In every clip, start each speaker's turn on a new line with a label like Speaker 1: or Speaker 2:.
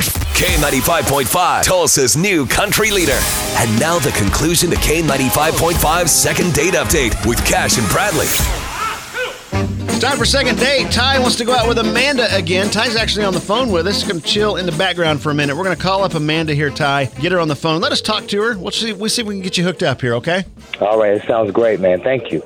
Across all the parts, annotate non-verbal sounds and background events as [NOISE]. Speaker 1: K95.5, Tulsa's new country leader. And now the conclusion to K95.5's second date update with Cash and Bradley.
Speaker 2: It's time for second date. Ty wants to go out with Amanda again. Ty's actually on the phone with us. Come chill in the background for a minute. We're going to call up Amanda here, Ty. Get her on the phone. Let us talk to her. We'll see. We'll see if we can get you hooked up here. Okay.
Speaker 3: All right, it sounds great, man. Thank you.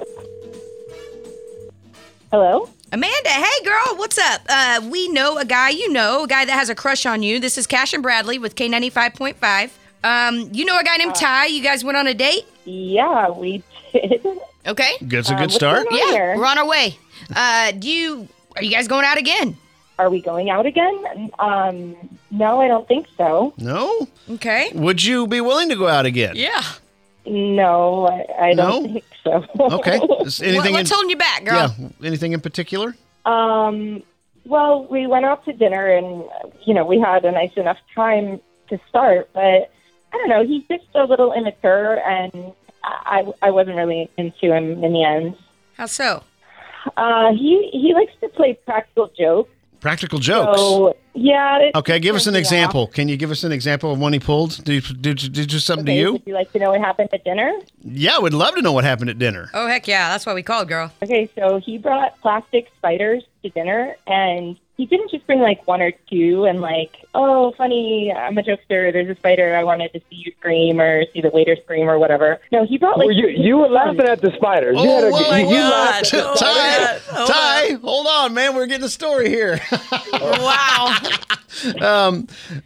Speaker 4: Hello?
Speaker 5: Amanda, hey girl, what's up? Uh, we know a guy you know, a guy that has a crush on you. This is Cash and Bradley with K95.5. Um, you know a guy named Ty. You guys went on a date?
Speaker 4: Yeah, we did. [LAUGHS]
Speaker 5: Okay.
Speaker 2: That's a
Speaker 4: Um,
Speaker 2: good
Speaker 4: what's
Speaker 2: start.
Speaker 4: going on here?
Speaker 5: We're on our way. Uh, do you are you guys going out again?
Speaker 4: Are we going out again? Um, no, I don't think so.
Speaker 2: No.
Speaker 5: Okay.
Speaker 2: Would you be willing to go out again?
Speaker 5: Yeah.
Speaker 4: No, I, I don't
Speaker 2: No?
Speaker 4: think so. [LAUGHS]
Speaker 2: Okay. Is Anything?
Speaker 5: what's
Speaker 2: in,
Speaker 5: holding you back, girl?
Speaker 2: yeah. Anything in particular?
Speaker 4: um, well, we went out to dinner and, you know, we had a nice enough time to start, but I don't know. He's just a little immature and I, I I wasn't really into him in the end.
Speaker 5: How so?
Speaker 4: Uh, he, he likes to play practical jokes.
Speaker 2: Practical jokes.
Speaker 4: So, yeah. it-
Speaker 2: Okay, give us an
Speaker 4: Yeah.
Speaker 2: example. Can you give us an example of one he pulled? Did he, did, did he do something
Speaker 4: Okay,
Speaker 2: to you?
Speaker 4: Would you like to know what happened at dinner?
Speaker 2: Yeah, I would love to know what happened at dinner.
Speaker 5: Oh heck yeah, that's why we called, girl.
Speaker 4: Okay, so he brought plastic spiders to dinner, and he didn't just bring like one or two and like, oh, funny, I'm a jokester. There's a spider. I wanted to see you scream or see the waiter scream or whatever. No, he brought like
Speaker 3: Well, you you were laughing at the spider.
Speaker 4: Oh,
Speaker 3: You had a- you- you laughed at the spider.
Speaker 2: Ty, Ty, hold on, man. We're getting a story here. [LAUGHS]
Speaker 5: Wow.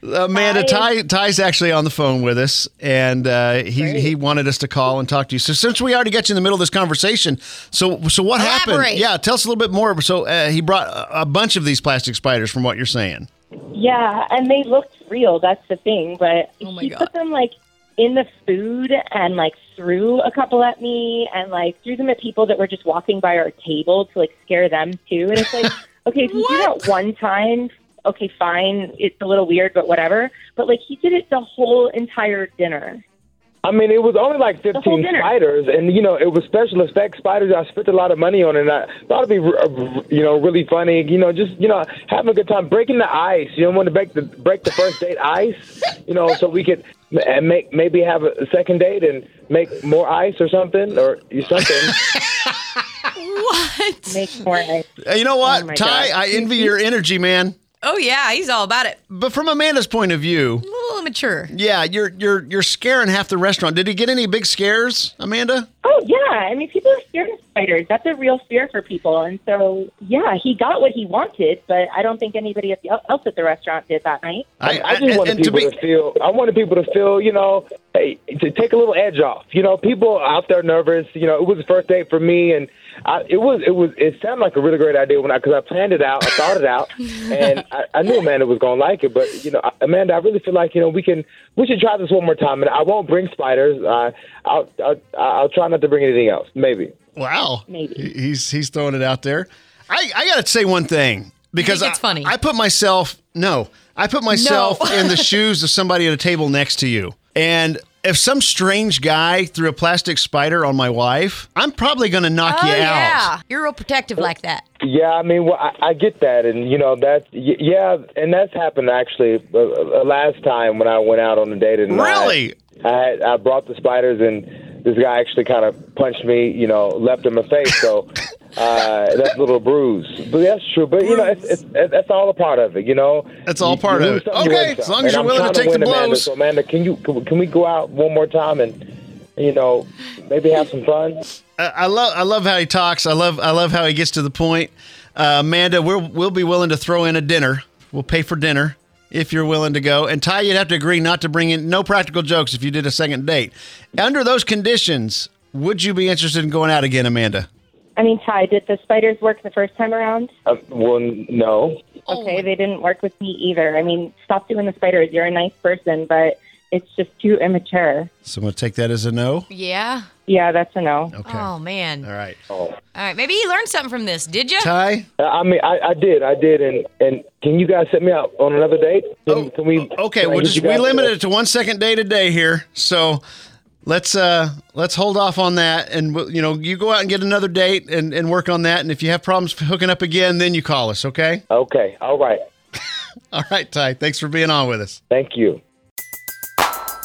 Speaker 2: Amanda, Ty, Ty's actually on the phone with us, and uh, he he wanted us to call and talk to you. So since we already got you in the middle of this conversation, so so what happened?
Speaker 5: Elaborate.
Speaker 2: Yeah, tell us a little bit more. So uh, he brought a, a bunch of these plastic spiders, from what you're saying.
Speaker 4: yeah, and they looked real. That's the thing, but
Speaker 5: Oh my
Speaker 4: he
Speaker 5: God.
Speaker 4: put them like in the food and like threw a couple at me and like threw them at people that were just walking by our table to like scare them too. And it's like,
Speaker 5: [LAUGHS]
Speaker 4: okay, if you do that one time, okay, fine, it's a little weird, but whatever. But like he did it the whole entire dinner.
Speaker 3: I mean, it was only like
Speaker 4: whole
Speaker 3: 15
Speaker 4: dinner.
Speaker 3: spiders, and you know, it was special effects spiders. I spent a lot of money on it. And I thought it'd be, uh, you know, really funny. You know, just you know, having a good time, breaking the ice. You know, want to break the break the first date ice. You know, so we could ma- and make maybe have a second date and make more ice or something or
Speaker 4: [LAUGHS]
Speaker 3: something.
Speaker 5: what? [LAUGHS]
Speaker 4: Makes more ice.
Speaker 2: Uh, You know what,
Speaker 4: my
Speaker 2: Ty?
Speaker 4: God.
Speaker 2: I envy your energy, man.
Speaker 5: [LAUGHS] Oh yeah, he's all about it.
Speaker 2: But from Amanda's point of view,
Speaker 5: A little immature.
Speaker 2: yeah, you're you're you're scaring half the restaurant. Did he get any big scares, Amanda?
Speaker 4: Oh yeah, I mean people are scared of spiders. That's a real fear for people, and so yeah, he got what he wanted, but I don't think anybody else at the restaurant did that night.
Speaker 3: I, I just wanted
Speaker 2: and to
Speaker 3: people
Speaker 2: be
Speaker 3: to, feel. I wanted people to feel, you know, hey, to take a little edge off. You know, people out there nervous. You know, it was the first date for me, and I, it was, it was, it sounded like a really great idea when I because I planned it out, I thought
Speaker 2: [LAUGHS]
Speaker 3: it out, and I, I knew Amanda was gonna like it. But you know, I- Amanda, I really feel like you know we can, we should try this one more time, and I won't bring spiders. Uh, I'll, I'll, I'll try not to bring anything else. Maybe.
Speaker 2: Wow.
Speaker 4: Maybe.
Speaker 2: He- He's he's throwing it out there. I, I gotta say one thing. Because
Speaker 5: think it's
Speaker 2: I-
Speaker 5: funny?
Speaker 2: I put myself no. I put myself
Speaker 5: [LAUGHS] No.
Speaker 2: in the shoes of somebody at a table next to you. And if some strange guy threw a plastic spider on my wife, I'm probably gonna knock
Speaker 5: oh
Speaker 2: you out.
Speaker 5: yeah. You're real protective like that.
Speaker 3: Yeah, I mean, well, I, I get that, and you know that's y- yeah, and that's happened actually uh, uh, last time when I went out on a date and I-
Speaker 2: Really?
Speaker 3: I had, I brought the spiders and this guy actually kind of punched me, you know, left in my
Speaker 2: [LAUGHS]
Speaker 3: face, so uh, that's a little bruise, but that's true. But you know, it's, it's, it's, that's all a part of it, you know.
Speaker 2: That's all
Speaker 3: You-
Speaker 2: part
Speaker 3: you
Speaker 2: of
Speaker 3: lose
Speaker 2: it.
Speaker 3: some, you
Speaker 2: Okay,
Speaker 3: win
Speaker 2: as
Speaker 3: some.
Speaker 2: long as
Speaker 3: And
Speaker 2: you're
Speaker 3: I'm
Speaker 2: willing to
Speaker 3: trying
Speaker 2: take the
Speaker 3: win, Amanda,
Speaker 2: blows.
Speaker 3: so Amanda, can you can, can we go out one more time and you know maybe have some fun?
Speaker 2: I, I love I love how he talks. I love I love how he gets to the point. Uh, Amanda, we'll we'll be willing to throw in a dinner. We'll pay for dinner if you're willing to go. And Ty, you'd have to agree not to bring in no practical jokes if you did a second date. Under those conditions, would you be interested in going out again, Amanda?
Speaker 4: I mean, Ty, did the spiders work the first time around?
Speaker 3: Uh, well, no.
Speaker 4: Okay, they didn't work with me either. I mean, stop doing the spiders. You're a nice person, but it's just too immature.
Speaker 2: So I'm going to take that as a no.
Speaker 6: Yeah.
Speaker 4: Yeah, that's a no.
Speaker 2: Okay.
Speaker 6: Oh man.
Speaker 2: All right.
Speaker 6: All right. Maybe he learned something from this. Did you?
Speaker 2: Ty?
Speaker 3: Uh, I mean, I, I did, I did, and and can you guys set me up on another date? Can, can we?
Speaker 2: Oh, Okay,
Speaker 3: can I
Speaker 2: well
Speaker 3: get
Speaker 2: just
Speaker 3: you
Speaker 2: we
Speaker 3: guys-
Speaker 2: limited it to one second day to day here. So let's uh let's hold off on that and we'll- you know, you go out and get another date and, and work on that and if you have problems hooking up again, then you call us, okay? [LAUGHS]
Speaker 3: Okay, all right.
Speaker 2: All right, Ty. Thanks for being on with us.
Speaker 3: Thank you.